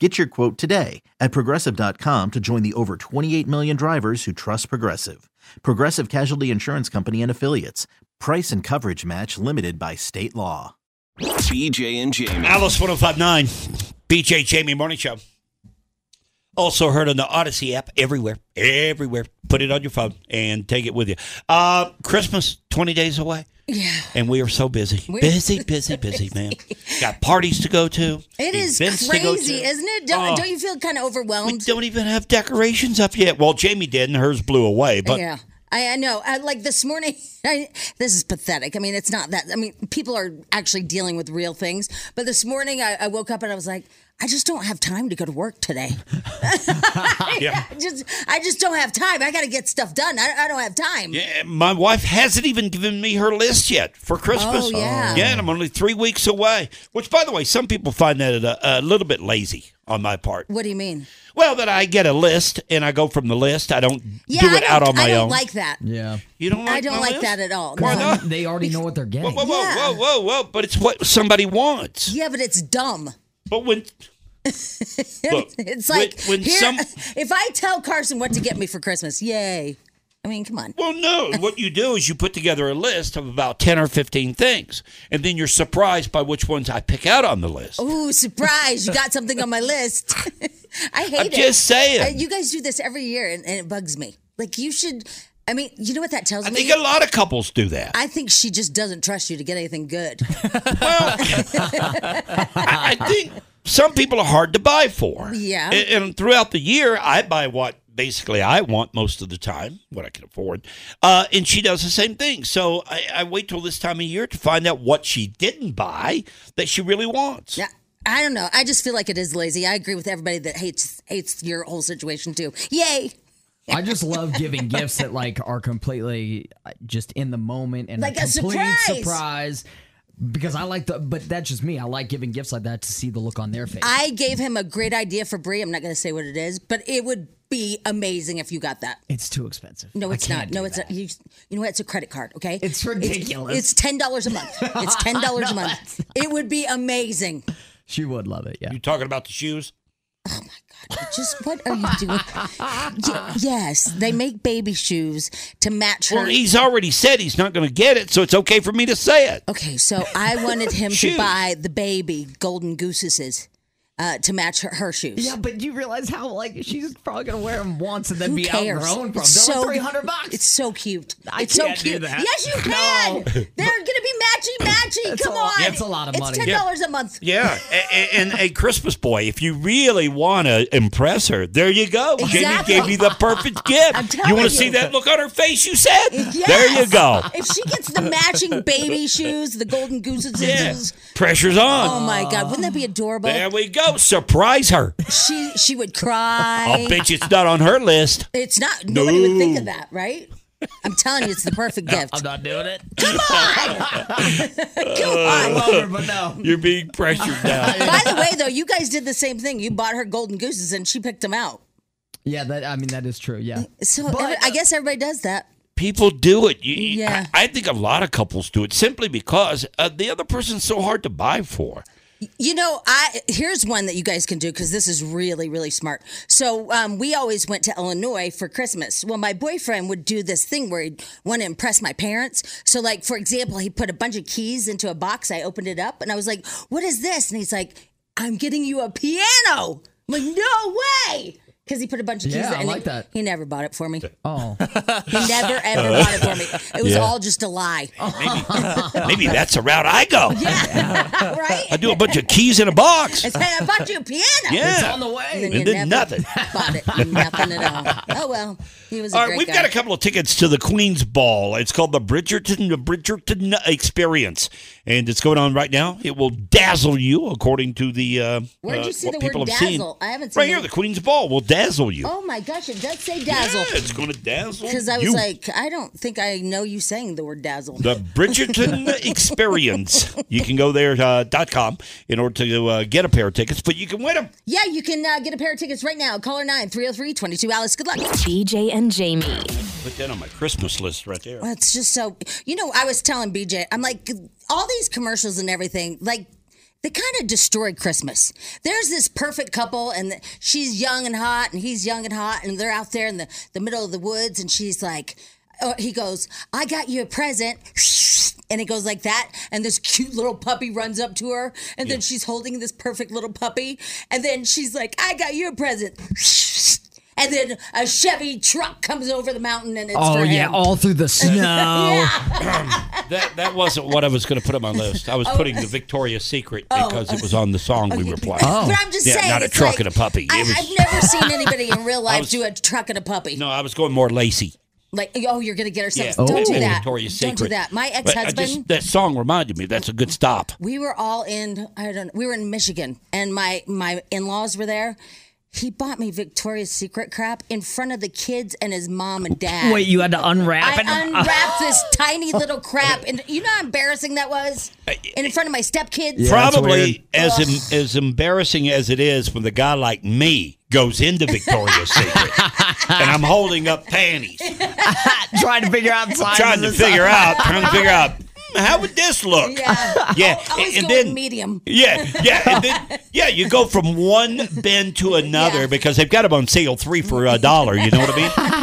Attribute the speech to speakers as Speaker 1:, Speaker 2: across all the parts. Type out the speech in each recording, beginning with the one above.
Speaker 1: Get your quote today at progressive.com to join the over 28 million drivers who trust Progressive. Progressive Casualty Insurance Company and Affiliates. Price and coverage match limited by state law.
Speaker 2: BJ and Jamie.
Speaker 3: Alice 1059, BJ Jamie Morning Show. Also heard on the Odyssey app everywhere, everywhere. Put it on your phone and take it with you. Uh, Christmas, 20 days away. Yeah. And we are so busy. busy, busy, busy, man. Got parties to go to.
Speaker 4: It is
Speaker 3: events to go
Speaker 4: crazy,
Speaker 3: to.
Speaker 4: isn't it? Don't,
Speaker 3: Oh.
Speaker 4: don't you feel kind of
Speaker 3: We
Speaker 4: overwhelmed?
Speaker 3: don't even have decorations up yet. Well, Jamie did, and hers blew away. But
Speaker 4: yeah. I, I know. I, like this morning, I, this is pathetic. I mean, it's not that. I mean, people are actually dealing with real things. But this morning, I, I woke up and I was like, I just don't have time to go to work today.
Speaker 3: Yeah.
Speaker 4: I just, I just don't have time. I got to get stuff done. I, I don't have time.
Speaker 3: Yeah, my wife hasn't even given me her list yet for Christmas.
Speaker 4: Oh, yeah.
Speaker 3: and I'm only three weeks away. Which, by the way, some people find that a, a little bit lazy on my part.
Speaker 4: What do you mean?
Speaker 3: Well, that I get a list and I go from the list. I don't do it
Speaker 4: I don't,
Speaker 3: out on my
Speaker 4: I don't
Speaker 3: own.
Speaker 4: like that.
Speaker 5: Yeah.
Speaker 3: you don't like
Speaker 4: I don't
Speaker 3: my
Speaker 4: like
Speaker 3: list?
Speaker 4: that at all.
Speaker 3: Why
Speaker 4: No.
Speaker 3: not?
Speaker 5: They already know what they're
Speaker 3: Whoa,
Speaker 5: getting.
Speaker 3: whoa, whoa,
Speaker 4: Yeah.
Speaker 3: whoa, whoa, whoa! But it's what somebody wants.
Speaker 4: Yeah, but it's dumb.
Speaker 3: But when Look,
Speaker 4: it's
Speaker 3: when-
Speaker 4: like
Speaker 3: when
Speaker 4: here-
Speaker 3: some-
Speaker 4: if I tell Carson what to get me for Christmas, yay! I mean, come on.
Speaker 3: Well, no. What you do is you put together a list of about 10 or 15 things, and then you're surprised by which ones I pick out on the list.
Speaker 4: Ooh, surprise! You got something on my list. I hate
Speaker 3: I'm
Speaker 4: it.
Speaker 3: just saying.
Speaker 4: Uh, you guys do this every year, and, and it bugs me. Like you should. I mean, you know what that tells
Speaker 3: I
Speaker 4: me?
Speaker 3: think a lot of couples do that.
Speaker 4: I think she just doesn't trust you to get anything good.
Speaker 3: well, I, I think some people are hard to buy for.
Speaker 4: Yeah.
Speaker 3: A- And, throughout the year, I buy what basically I want most of the time, what I can afford. Uh, and she does the same thing. So I, I wait till this time of year to find out what she didn't buy that she really wants.
Speaker 4: Yeah, I don't know. I just feel like it is lazy. I agree with everybody that hates hates your whole situation too. Yay!
Speaker 5: I just love giving gifts that like are completely uh, just in the moment and
Speaker 4: Like a
Speaker 5: a complete
Speaker 4: surprise.
Speaker 5: surprise. Because I like the, but that's just me. I like giving gifts like that to see the look on their face.
Speaker 4: I gave him a great idea for Brie. I'm not going to say what it is, but it would be amazing if you got that.
Speaker 5: it's too expensive.
Speaker 4: No,
Speaker 5: I
Speaker 4: it's not.
Speaker 5: can't
Speaker 4: No,
Speaker 5: do
Speaker 4: it's
Speaker 5: that.
Speaker 4: not. You, you know what? It's a credit card, okay?
Speaker 5: It's ridiculous.
Speaker 4: It's, ten dollars a month. It's ten dollars a month. It would be amazing.
Speaker 5: She would love it. Yeah.
Speaker 3: You talking about the shoes?
Speaker 4: Just what are you doing? Y- yes, they make baby shoes to match her.
Speaker 3: Well, he's already said he's not going to get it, so it's okay for me to say it.
Speaker 4: Okay, so I wanted him
Speaker 3: Shoes.
Speaker 4: to buy the baby golden gooses uh, to match her, her shoes.
Speaker 5: Yeah, but do you realize how like she's probably gonna wear them once and then
Speaker 4: Who
Speaker 5: be out on
Speaker 4: cares?
Speaker 5: her own from
Speaker 4: It's so-
Speaker 5: three hundred bucks.
Speaker 4: It's so cute.
Speaker 5: I
Speaker 4: it's
Speaker 5: can't
Speaker 4: so
Speaker 5: do
Speaker 4: cute.
Speaker 5: that.
Speaker 4: Yes, you
Speaker 5: No.
Speaker 4: can. They're going to be matchy matchy.
Speaker 5: That's
Speaker 4: Come
Speaker 5: a-
Speaker 4: on.
Speaker 5: that's a lot of money.
Speaker 4: It's ten dollars a month.
Speaker 3: Yeah, a- a- and a Christmas boy. If you really want to impress her, there you go.
Speaker 4: Exactly.
Speaker 3: Jamie gave you the perfect gift.
Speaker 4: I'm telling
Speaker 3: you want to
Speaker 4: you.
Speaker 3: see that look on her face? You said.
Speaker 4: Yes.
Speaker 3: There you go.
Speaker 4: If she gets the matching baby shoes, the golden gooses,
Speaker 3: Yeah. Pressure's
Speaker 4: oh
Speaker 3: on.
Speaker 4: my god, wouldn't that be adorable?
Speaker 3: there we go. Surprise her.
Speaker 4: She she would cry.
Speaker 3: I'll bet you it's not on her list.
Speaker 4: It's not. Nobody would think of that, right? I'm telling you, it's the perfect gift.
Speaker 5: not doing it.
Speaker 4: Come
Speaker 5: I
Speaker 4: on.
Speaker 5: love her, but no.
Speaker 3: You're being pressured now.
Speaker 4: By the way, though, you guys did the same thing. You bought her golden gooses, and she picked them out.
Speaker 5: Yeah, that I mean that is true. Yeah.
Speaker 4: So every- I guess everybody does that.
Speaker 3: People do it. You- you-
Speaker 4: Yeah.
Speaker 3: I, I think a lot of couples do it simply because uh, the other person's so hard to buy for.
Speaker 4: You know, I here's one that you guys can do because this is really, really smart. So um, we always went to Illinois for Christmas. Well, my boyfriend would do this thing where he'd want to impress my parents. So, like for example, he put a bunch of keys into a box. I opened it up and I was like, "What is this?" And he's like, "I'm getting you a piano." I'm like, "No because he put a bunch of keys.
Speaker 5: Yeah,
Speaker 4: in it,
Speaker 5: I
Speaker 4: and
Speaker 5: like
Speaker 4: he,
Speaker 5: that.
Speaker 4: He never bought it for me.
Speaker 5: Oh,
Speaker 4: He never ever bought it for me. It was
Speaker 3: Yeah.
Speaker 4: all just a lie,
Speaker 3: Maybe, maybe that's the route I go.
Speaker 4: right?
Speaker 3: I do a bunch of keys in a box.
Speaker 4: I said, I bought you a piano.
Speaker 3: Yeah.
Speaker 5: on the way.
Speaker 4: And then
Speaker 3: It
Speaker 4: you
Speaker 3: did
Speaker 4: never
Speaker 3: nothing.
Speaker 4: Bought it. Nothing at all. Oh well, he was. A
Speaker 3: All right,
Speaker 4: great
Speaker 3: we've
Speaker 4: guy.
Speaker 3: got a couple of tickets to the Queen's Ball. It's called the Bridgerton the Bridgerton Experience, and it's going on right now. It will dazzle you, according to the uh,
Speaker 4: Where'd you
Speaker 3: uh,
Speaker 4: see
Speaker 3: what
Speaker 4: the
Speaker 3: people
Speaker 4: word
Speaker 3: have
Speaker 4: dazzle?
Speaker 3: seen.
Speaker 4: I haven't seen
Speaker 3: right here.
Speaker 4: it.
Speaker 3: The Queen's Ball will dazzle you.
Speaker 4: Oh my gosh, it does say
Speaker 3: Yeah,
Speaker 4: dazzle.
Speaker 3: it's going to dazzle.
Speaker 4: Because I was
Speaker 3: you.
Speaker 4: like, I don't think I know you saying the word dazzle.
Speaker 3: The Bridgerton Experience. You can go there uh, dot .com in order to uh, get a pair of tickets, but you can win them.
Speaker 4: yeah, you can uh, get a pair of tickets right now. Caller 9 303 22 Alice. Good luck.
Speaker 6: BJ and Jamie.
Speaker 3: Put that on my Christmas list right there.
Speaker 4: It's just so, you know, I was telling BJ, I'm like, all these commercials and everything, like, they kind of destroyed Christmas. There's this perfect couple, and the, she's young and hot, and he's young and hot, and they're out there in the, the middle of the woods, and she's like, oh, he goes, I got you a present. And it goes like that. And this cute little puppy runs up to her. And then she's holding this perfect little puppy. And then she's like, I got you a present. And then a Chevy truck comes over the mountain and it's
Speaker 5: Oh
Speaker 4: for
Speaker 5: yeah,
Speaker 4: him.
Speaker 5: all through the snow.
Speaker 3: That that wasn't what I was going to put on my list. I was
Speaker 4: Oh.
Speaker 3: putting the Victoria's Secret because it was on the song we were playing.
Speaker 4: But I'm just
Speaker 3: Oh. Yeah,
Speaker 4: saying,
Speaker 3: not a
Speaker 4: it's
Speaker 3: truck
Speaker 4: like,
Speaker 3: and a puppy.
Speaker 4: I,
Speaker 3: It was-
Speaker 4: I've never seen anybody in real life
Speaker 3: was-
Speaker 4: do a truck and a puppy.
Speaker 3: No, I was going more Lacey.
Speaker 4: Like, oh, you're gonna get her
Speaker 3: Yeah,
Speaker 4: something. Don't do
Speaker 3: maybe
Speaker 4: that.
Speaker 3: Victoria's
Speaker 4: Don't
Speaker 3: Secret.
Speaker 4: do that. My
Speaker 3: But I just-
Speaker 4: ex-husband.
Speaker 3: That song reminded me. That's a good stop.
Speaker 4: We were all in. I don't. know, We were in Michigan, and my my in laws were there. He bought me Victoria's Secret crap in front of the kids and his mom and dad.
Speaker 5: Wait, you had to unwrap
Speaker 4: I
Speaker 5: it.
Speaker 4: unwrapped this tiny little crap, and you know how embarrassing that was.
Speaker 3: Uh,
Speaker 4: And in front of my stepkids.
Speaker 5: that's
Speaker 3: Probably as em- as embarrassing as it is when the guy like me goes into Victoria's Secret and I'm holding up panties,
Speaker 5: trying to figure out signs.
Speaker 3: trying to
Speaker 5: and
Speaker 3: figure out, trying to figure out "Hmm, how would this look.
Speaker 4: Yeah. Oh,
Speaker 3: Yeah,
Speaker 4: Always
Speaker 3: and
Speaker 4: go with
Speaker 3: then
Speaker 4: medium.
Speaker 3: Yeah, yeah, and then, yeah. You go from one bin to another
Speaker 4: Yeah.
Speaker 3: because they've got them on sale three for a dollar. You know what I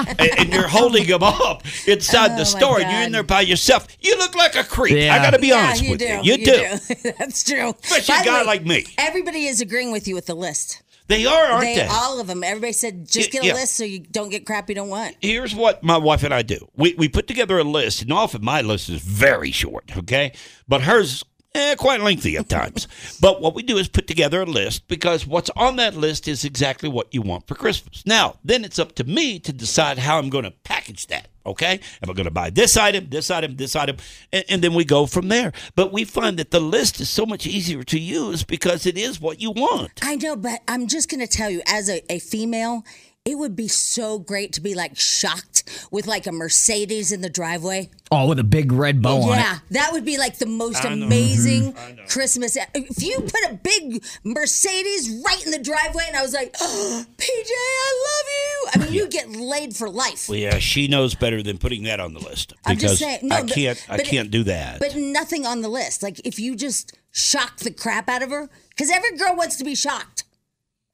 Speaker 3: mean? and, and you're holding them up inside the
Speaker 4: Oh, my
Speaker 3: store, and you're in
Speaker 4: God.
Speaker 3: there by yourself. You look like a creep. I
Speaker 5: Yeah.
Speaker 3: got to be
Speaker 4: yeah,
Speaker 3: honest
Speaker 4: you
Speaker 3: with
Speaker 4: do.
Speaker 3: you. You, do.
Speaker 4: That's true.
Speaker 3: Especially
Speaker 4: By
Speaker 3: a
Speaker 4: the
Speaker 3: guy
Speaker 4: way,
Speaker 3: like me.
Speaker 4: Everybody is agreeing with you with the list.
Speaker 3: They are, aren't
Speaker 4: They,
Speaker 3: they?
Speaker 4: all of them. Everybody said just
Speaker 3: Yeah,
Speaker 4: get a
Speaker 3: yeah.
Speaker 4: list so you don't get crap you don't want.
Speaker 3: Here's what my wife and I do. We we put together a list, and often my list is very short. Okay, but hers. Eh, quite lengthy at times. but what we do is put together a list because what's on that list is exactly what you want for Christmas. Now, then it's up to me to decide how I'm going to package that. Okay? Am I going to buy this item, this item, this item? And, and then we go from there. But we find that the list is so much easier to use because it is what you want.
Speaker 4: I know, but I'm just going to tell you, as a, a female, it would be so great to be like shocked with like a Mercedes in the driveway.
Speaker 5: Oh, with a big red bow on
Speaker 4: yeah,
Speaker 5: it.
Speaker 4: that would be like the most amazing Christmas. If you put a big Mercedes right in the driveway, and I was like, oh, PJ, I love you. I mean, you get laid for life.
Speaker 3: Well, yeah, she knows better than putting that on the list because
Speaker 4: I'm just saying- no,
Speaker 3: I
Speaker 4: but-
Speaker 3: can't. I
Speaker 4: but it-
Speaker 3: can't do that.
Speaker 4: But nothing on the list. Like if you just shock the crap out of her, because every girl wants to be shocked.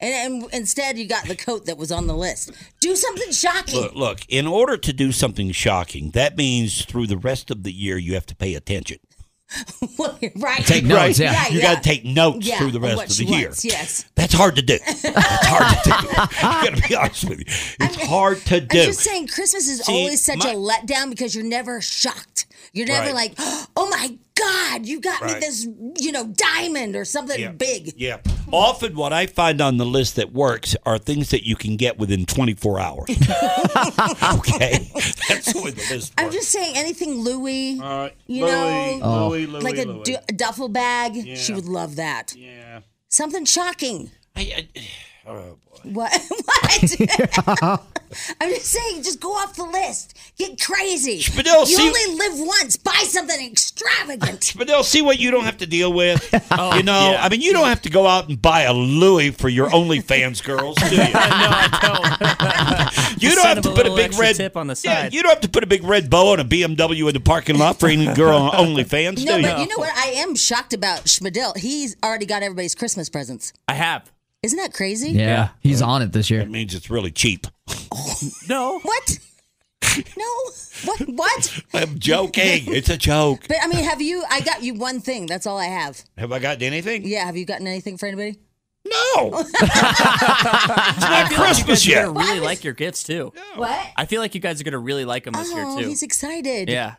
Speaker 4: And, and instead, you got the coat that was on the list. Do something shocking.
Speaker 3: look, look, in order to do something shocking, that means through the rest of the year you have to pay attention.
Speaker 4: right.
Speaker 5: Take
Speaker 3: Right?
Speaker 5: notes, yeah.
Speaker 3: You got to take notes
Speaker 4: Yeah,
Speaker 3: through the
Speaker 4: on
Speaker 3: rest
Speaker 4: what
Speaker 3: of the
Speaker 4: she
Speaker 3: year.
Speaker 4: wants, yes.
Speaker 3: That's hard to do. That's hard to do. I got to be honest with you. It's hard to
Speaker 4: I'm
Speaker 3: do.
Speaker 4: just saying, Christmas is
Speaker 3: See,
Speaker 4: always such
Speaker 3: my-
Speaker 4: a letdown because you're never shocked. You're never
Speaker 3: Right.
Speaker 4: like, oh my God, you got me
Speaker 3: Right.
Speaker 4: this, you know, diamond or something
Speaker 3: Yeah.
Speaker 4: big.
Speaker 3: Yeah. Often, what I find on the list that works are things that you can get within 24 hours. okay, that's the way the list works.
Speaker 4: I'm just saying, anything Uh, Louis, you know, like a, du- a duffel bag, she would love that. Yeah. Something shocking.
Speaker 3: I- I-
Speaker 4: What? what? I'm just saying, just go off the list. Get crazy.
Speaker 3: Spadil,
Speaker 4: you
Speaker 3: see-
Speaker 4: only live once. Buy something extravagant.
Speaker 3: But they'll see what you don't have to deal with. you know, I mean, you don't have to go out and buy a Louis for your OnlyFans girls. Do you? you
Speaker 7: send
Speaker 3: don't have to
Speaker 7: them a
Speaker 3: put a
Speaker 7: little
Speaker 3: big
Speaker 7: extra
Speaker 3: red
Speaker 7: tip on the
Speaker 3: Yeah,
Speaker 7: side.
Speaker 3: you don't have to put a big red bow on a BMW in the parking lot for any girl on OnlyFans.
Speaker 4: no,
Speaker 3: do
Speaker 4: but you know what? I am shocked about Schmidl. He's already got everybody's Christmas presents.
Speaker 7: I have.
Speaker 4: Isn't that crazy?
Speaker 5: Yeah, he's on it this year.
Speaker 3: It means it's really cheap.
Speaker 7: No.
Speaker 4: What? no. What? What?
Speaker 3: I'm joking. It's a joke.
Speaker 4: But I mean, have you? I got you one thing. That's all I have.
Speaker 3: Have I gotten anything?
Speaker 4: Yeah. Have you gotten anything for anybody?
Speaker 3: No. it's not Christmas
Speaker 6: you
Speaker 3: yet.
Speaker 6: guys are gonna really like your gifts too.
Speaker 4: What?
Speaker 6: I feel like you guys are gonna really like them this
Speaker 4: Oh,
Speaker 6: year too.
Speaker 4: he's excited.
Speaker 6: yeah.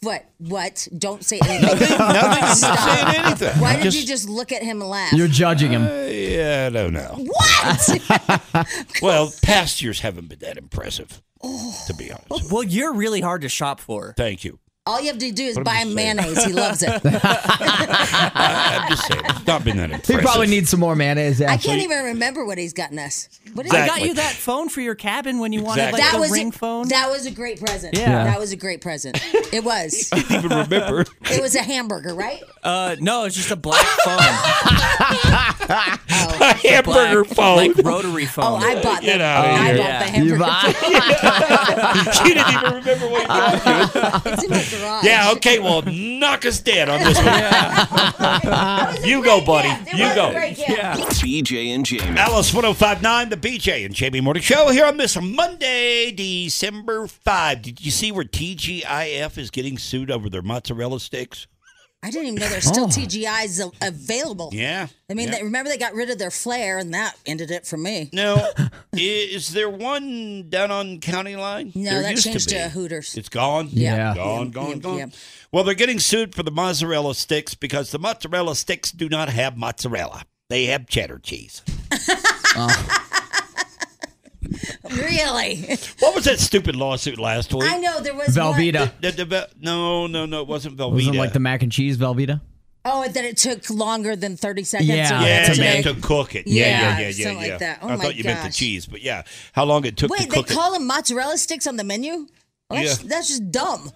Speaker 4: What? What? Don't say anything.
Speaker 3: Nothing's
Speaker 4: Stop.
Speaker 3: saying anything.
Speaker 4: Why
Speaker 3: I
Speaker 4: did
Speaker 3: just,
Speaker 4: you just look at him and laugh?
Speaker 5: You're judging him.
Speaker 3: Yeah, I don't know.
Speaker 4: what?
Speaker 3: Well, past years haven't been that impressive, to be honest. with you.
Speaker 6: Well, you're really hard to shop for.
Speaker 3: Thank you.
Speaker 4: All you have to do is buy him mayonnaise. He loves it.
Speaker 3: I, am just saying, it's not been that
Speaker 5: He
Speaker 3: impressive.
Speaker 5: probably needs some more mayonnaise.
Speaker 4: I
Speaker 5: Actually.
Speaker 4: can't even remember what he's gotten us. What is
Speaker 6: I
Speaker 3: Exactly.
Speaker 6: got you that phone for your cabin when you wanted
Speaker 3: Exactly.
Speaker 6: like
Speaker 4: that
Speaker 6: the
Speaker 4: was
Speaker 6: ring phone.
Speaker 4: that was a great present.
Speaker 6: Yeah.
Speaker 4: that was a great present. It was.
Speaker 3: Didn't even remember.
Speaker 4: It was a hamburger, right?
Speaker 6: uh, no, it's just a black phone,
Speaker 3: A
Speaker 6: black,
Speaker 3: hamburger phone.
Speaker 6: like rotary
Speaker 4: Oh,
Speaker 6: phone.
Speaker 4: I bought
Speaker 3: Get
Speaker 4: the,
Speaker 3: outta
Speaker 4: I
Speaker 3: here.
Speaker 4: bought
Speaker 6: Yeah.
Speaker 4: the
Speaker 5: You
Speaker 4: hamburger.
Speaker 5: buy-
Speaker 3: she didn't even remember
Speaker 4: Uh,
Speaker 3: what you were doing.
Speaker 4: It's in my garage.
Speaker 3: Yeah, okay, well, knock us dead on this one. You go, buddy. You go.
Speaker 6: yeah.
Speaker 2: BJ and Jamie.
Speaker 3: Alice 1059, the BJ and Jamie Morning Show here on this Monday, December 5. Did you see where TGIF is getting sued over their mozzarella sticks?
Speaker 4: I didn't even know there's still TGI's a- available.
Speaker 3: Yeah.
Speaker 4: I mean,
Speaker 3: yeah.
Speaker 4: they, remember they got rid of their flair, and that ended it for me.
Speaker 3: Now, is there one down on county line?
Speaker 4: No,
Speaker 3: There
Speaker 4: that
Speaker 3: used
Speaker 4: changed
Speaker 3: be.
Speaker 4: to Hooters.
Speaker 3: It's gone.
Speaker 5: Yeah.
Speaker 3: gone,
Speaker 4: Yeah,
Speaker 3: gone,
Speaker 4: yeah,
Speaker 3: gone.
Speaker 4: yeah.
Speaker 3: Well, they're getting sued for the mozzarella sticks because the mozzarella sticks do not have mozzarella; they have cheddar cheese.
Speaker 4: Really?
Speaker 3: What was that stupid lawsuit last week?
Speaker 4: I know there was One.
Speaker 5: Velveeta.
Speaker 3: The- the ve- no, no, no, it wasn't Velveeta.
Speaker 5: Wasn't it like the mac and cheese Velveeta?
Speaker 4: Oh, and then it took longer than 30 seconds.
Speaker 5: Yeah,
Speaker 4: or
Speaker 3: yeah,
Speaker 5: that's
Speaker 4: whatever
Speaker 5: a
Speaker 4: it
Speaker 3: man
Speaker 4: took.
Speaker 3: to cook it. Yeah, yeah, yeah,
Speaker 4: Yeah,
Speaker 3: yeah.
Speaker 4: something
Speaker 3: yeah.
Speaker 4: like that. Oh,
Speaker 3: I
Speaker 4: my
Speaker 3: thought you meant the
Speaker 4: gosh.
Speaker 3: cheese, but yeah, how long it took
Speaker 4: Wait,
Speaker 3: to
Speaker 4: they
Speaker 3: cook it.
Speaker 4: call them mozzarella sticks on the menu? Well, that's,
Speaker 3: Yeah.
Speaker 4: that's just dumb.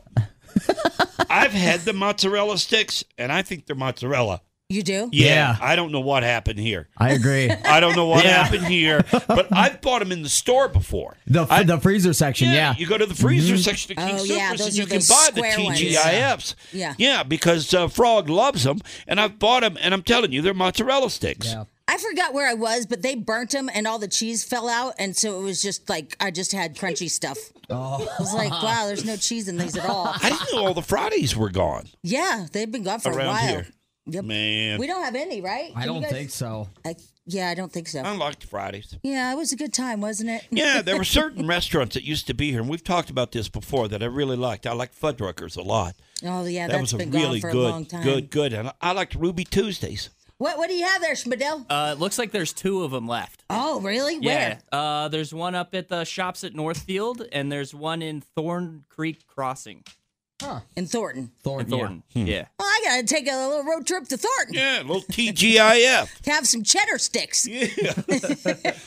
Speaker 3: I've had the mozzarella sticks, and I think they're mozzarella.
Speaker 4: You do?
Speaker 5: Yeah.
Speaker 3: I don't know what happened here.
Speaker 5: I agree.
Speaker 3: I don't know what
Speaker 5: Yeah.
Speaker 3: happened here, but I've bought them in the store before.
Speaker 5: The
Speaker 3: I-
Speaker 5: the freezer section. Yeah.
Speaker 3: You go to the freezer section at King
Speaker 4: Oh, yeah,
Speaker 3: Supers
Speaker 4: those
Speaker 3: and
Speaker 4: are
Speaker 3: you can
Speaker 4: those
Speaker 3: buy the
Speaker 4: square ones.
Speaker 3: TGIFs.
Speaker 4: Yeah.
Speaker 3: Yeah, because uh, Frog loves them, and I've bought them, and I'm telling you, they're mozzarella sticks.
Speaker 5: Yeah.
Speaker 4: I forgot where I was, but they burnt them and all the cheese fell out. And so it was just like, I just had crunchy stuff.
Speaker 5: Oh.
Speaker 4: I was like, wow, there's no cheese in these at all.
Speaker 3: I didn't know all the Fridays were gone
Speaker 4: Yeah, they've been gone for a
Speaker 3: around
Speaker 4: while.
Speaker 3: here.
Speaker 4: Yep.
Speaker 3: Man.
Speaker 4: We don't have any, right?
Speaker 5: I
Speaker 4: Do you
Speaker 5: don't
Speaker 4: guys-
Speaker 5: think so.
Speaker 4: I, yeah, I don't think so.
Speaker 3: I liked Fridays.
Speaker 4: yeah, it was a good time, wasn't it?
Speaker 3: Yeah, there were certain restaurants that used to be here, and we've talked about this before, that I really liked. I liked Fuddruckers a lot.
Speaker 4: Oh, yeah,
Speaker 3: that
Speaker 4: that has
Speaker 3: was a
Speaker 4: been
Speaker 3: really
Speaker 4: gone for
Speaker 3: good,
Speaker 4: a long time.
Speaker 3: good, good. And I- I liked Ruby Tuesdays.
Speaker 4: What, what do you have there, Schmidel?
Speaker 6: Uh, it looks like there's two of them left.
Speaker 4: Oh, really? Where?
Speaker 6: Yeah. Uh, there's one up at the shops at Northfield, and there's one in Thorn Creek Crossing.
Speaker 4: In Thornton.
Speaker 6: In
Speaker 5: Thornton. yeah.
Speaker 6: Thornton. Yeah.
Speaker 4: Well, I gotta take a little road trip to Thornton.
Speaker 3: Yeah, a little TGIF.
Speaker 4: Have some cheddar sticks.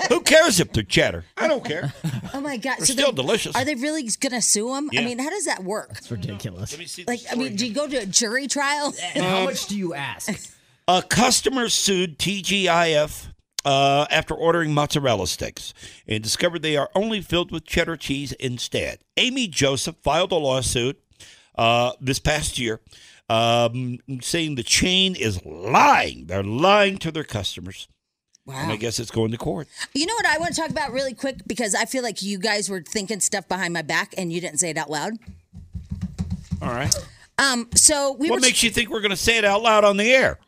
Speaker 3: Who cares if they're cheddar? I don't care.
Speaker 4: Oh my god!
Speaker 3: They're still delicious.
Speaker 4: Are they really gonna sue him? I mean, how does that work?
Speaker 5: It's ridiculous.
Speaker 4: Like, I mean, do you go to a jury trial?
Speaker 5: And how
Speaker 4: Um,
Speaker 5: much do you ask?
Speaker 3: A customer sued TGIF uh, after ordering mozzarella sticks and discovered they are only filled with cheddar cheese instead. Amy Joseph filed a lawsuit uh, this past year um, saying the chain is lying. They're lying to their customers. And I
Speaker 4: Wow.
Speaker 3: guess it's going to court.
Speaker 4: You know what I want to talk about really quick because I feel like you guys were thinking stuff behind my back and you didn't say it out loud.
Speaker 3: All right.
Speaker 4: Um, so we
Speaker 3: What
Speaker 4: were
Speaker 3: makes you think we're going to say it out loud on the air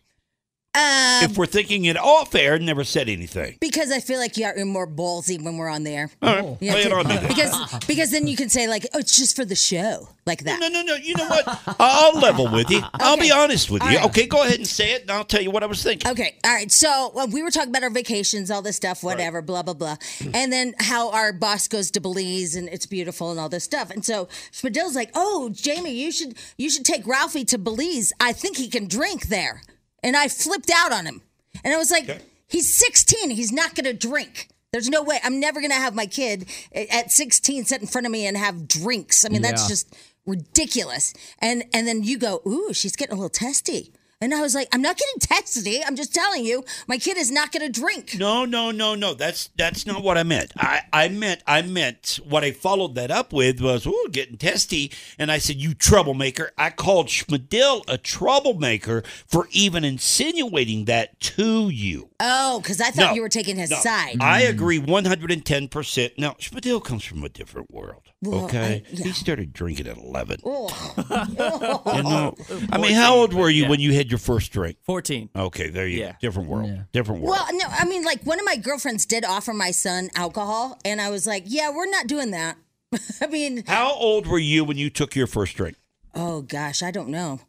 Speaker 4: uh,
Speaker 3: if we're thinking it off air and never said anything?
Speaker 4: because I feel like you are more ballsy when we're on the air.
Speaker 3: All right.
Speaker 4: Yeah,
Speaker 3: Play it on. then.
Speaker 4: because because then you can say like, oh, it's just for the show, like that.
Speaker 3: No, no, no. You know what? I'll level with you. I'll be
Speaker 4: Okay.
Speaker 3: honest with
Speaker 4: All
Speaker 3: you.
Speaker 4: right.
Speaker 3: Okay, go ahead and say it, and I'll tell you what I was thinking.
Speaker 4: Okay. All right. So well, we were talking about our vacations, all this stuff, whatever, blah, blah, blah. And then how our boss goes to Belize and it's beautiful and all this stuff. And so Spadil's like, Oh, Jamie, you should you should take Ralphie to Belize. I think he can drink there. And I flipped out on him. And I was like, He's 16. He's not gonna drink. There's no way. I'm never gonna have my kid a- at 16 sit in front of me and have drinks. I mean, that's
Speaker 5: Yeah.
Speaker 4: just ridiculous. And and then you go, ooh, she's getting a little testy. And I was like, I'm not getting testy. I'm just telling you, my kid is not going to drink.
Speaker 3: No, no, no, no. That's that's not what I meant. I, I meant I meant what I followed that up with was ooh, getting testy, and I said you troublemaker. I called Schmidl a troublemaker for even insinuating that to you.
Speaker 4: Oh, because I thought
Speaker 3: No.
Speaker 4: you were taking his
Speaker 3: No,
Speaker 4: side. Mm.
Speaker 3: I agree 110%. Now, Spadil comes from a different world.
Speaker 4: Well,
Speaker 3: okay?
Speaker 4: I- yeah.
Speaker 3: He started drinking at 11.
Speaker 4: Oh.
Speaker 3: You know? I mean, how old were you when you had had your first drink?
Speaker 6: 14.
Speaker 3: Okay, there you go.
Speaker 6: Yeah.
Speaker 3: Different world.
Speaker 5: Yeah.
Speaker 3: Different world.
Speaker 4: Well, no, I mean, like one of my girlfriends did offer my son alcohol, and I was like, yeah, we're not doing that. I mean,
Speaker 3: How old were you when you took your first drink?
Speaker 4: oh gosh, I don't know.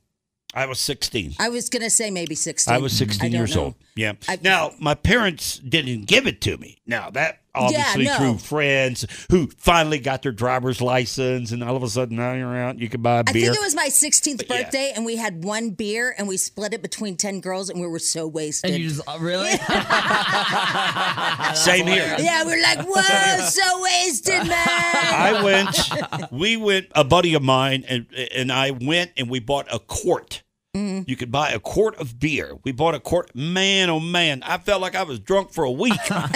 Speaker 3: I was 16.
Speaker 4: I was gonna say maybe sixteen.
Speaker 3: I was 16
Speaker 4: don't
Speaker 3: years
Speaker 4: know.
Speaker 3: old. Yeah.
Speaker 4: I-
Speaker 3: now, my parents didn't give it to me. Now, that obviously
Speaker 4: no.
Speaker 3: through friends who finally got their driver's license, and all of a sudden now you're out, you can buy
Speaker 4: I
Speaker 3: beer.
Speaker 4: think it was my 16th
Speaker 3: yeah.
Speaker 4: birthday, and we had one beer, and we split it between 10 girls, and we were so wasted.
Speaker 5: And you just oh, really?
Speaker 3: Same here.
Speaker 4: yeah, we were like, whoa, so wasted, man.
Speaker 3: I went. We went. A buddy of mine and and I went and we bought a quart.
Speaker 4: Mm.
Speaker 3: You could buy a quart of beer. We bought a quart. Man, oh man, I felt like I was drunk for a week off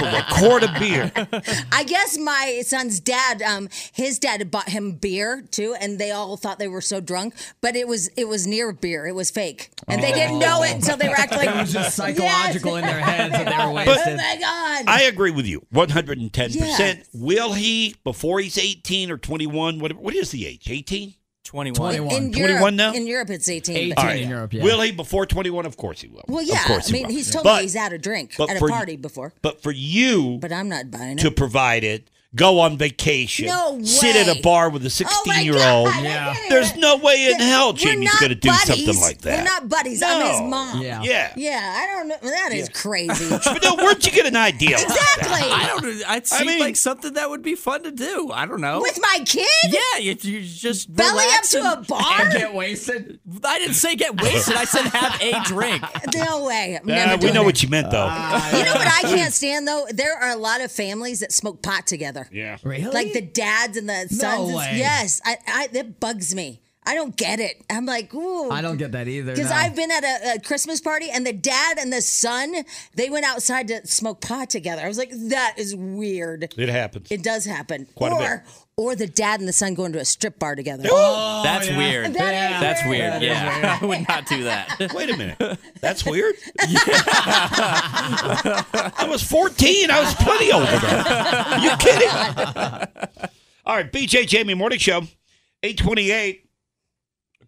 Speaker 3: of a quart of beer.
Speaker 4: I guess my son's dad, um, his dad had bought him beer too, and they all thought they were so drunk, but it was it was near beer. It was fake, and
Speaker 3: Oh.
Speaker 4: they didn't know it until they were acting like
Speaker 5: it was just psychological in their heads that they were
Speaker 4: Oh
Speaker 5: wasted.
Speaker 4: my god!
Speaker 3: I agree with you, one hundred and ten
Speaker 4: Yeah.
Speaker 3: percent. Will he before he's eighteen or twenty one? What what is the age? Eighteen.
Speaker 6: 21.
Speaker 5: 21.
Speaker 4: in
Speaker 3: 21
Speaker 4: Europe,
Speaker 3: now?
Speaker 4: In Europe, it's 18.
Speaker 5: 18
Speaker 4: but-
Speaker 5: in Europe, yeah.
Speaker 3: Will he before twenty one? Of course he will.
Speaker 4: well, yeah.
Speaker 3: Of course
Speaker 4: I mean,
Speaker 3: he will.
Speaker 4: he's told me
Speaker 3: But-
Speaker 4: he's had a drink
Speaker 3: but
Speaker 4: at a
Speaker 3: for-
Speaker 4: party before,
Speaker 3: But for you,
Speaker 4: but I'm not buying it.
Speaker 3: to provide it, go on vacation,
Speaker 4: No
Speaker 3: sit at
Speaker 4: way.
Speaker 3: a bar with a
Speaker 4: Oh my
Speaker 3: 16 year old.
Speaker 4: God, I
Speaker 5: Yeah.
Speaker 4: get it.
Speaker 3: There's no way in
Speaker 4: We're
Speaker 3: hell Jamie's
Speaker 4: not
Speaker 3: going to do something
Speaker 4: buddies.
Speaker 3: like that.
Speaker 4: We're not buddies. I'm his
Speaker 3: No.
Speaker 4: mom.
Speaker 5: Yeah.
Speaker 3: Yeah.
Speaker 4: Yeah, I don't know. That is crazy.
Speaker 3: But no, where'd you get an idea? like that?
Speaker 6: I
Speaker 4: exactly.
Speaker 6: don't. It seemed
Speaker 3: mean-
Speaker 6: like something that would be fun to do. I don't know.
Speaker 4: With my kid?
Speaker 6: yeah, you, you just
Speaker 4: Belly up
Speaker 6: relax
Speaker 4: to a
Speaker 6: and-
Speaker 4: bar?
Speaker 5: Get wasted.
Speaker 6: I didn't say get wasted. I said have a drink.
Speaker 4: No way. I'm
Speaker 3: Nah,
Speaker 4: never
Speaker 3: we
Speaker 4: doing
Speaker 3: know
Speaker 4: it.
Speaker 3: what you meant, though.
Speaker 4: You know what I can't stand though? There are a lot of families that smoke pot together.
Speaker 3: yeah.
Speaker 5: Really?
Speaker 4: Like the dads and the sons.
Speaker 5: way.
Speaker 4: Yes, I, I that bugs me. I don't get it. I'm like, ooh.
Speaker 5: I don't get that either.
Speaker 4: Because
Speaker 5: no.
Speaker 4: I've been at a, a Christmas party and the dad and the son, they went outside to smoke pot together. I was like, that is weird.
Speaker 3: It happens.
Speaker 4: It does happen.
Speaker 3: Quite a
Speaker 4: or,
Speaker 3: bit.
Speaker 4: Or the dad and the son going to a strip bar together.
Speaker 3: Oh,
Speaker 6: That's weird.
Speaker 4: That is
Speaker 6: That's
Speaker 4: weird.
Speaker 6: weird. yeah, I would not do that.
Speaker 3: Wait a minute. That's weird. I was 14. I was plenty older then. You kidding? All right, BJ Jamie Morning Show, 828.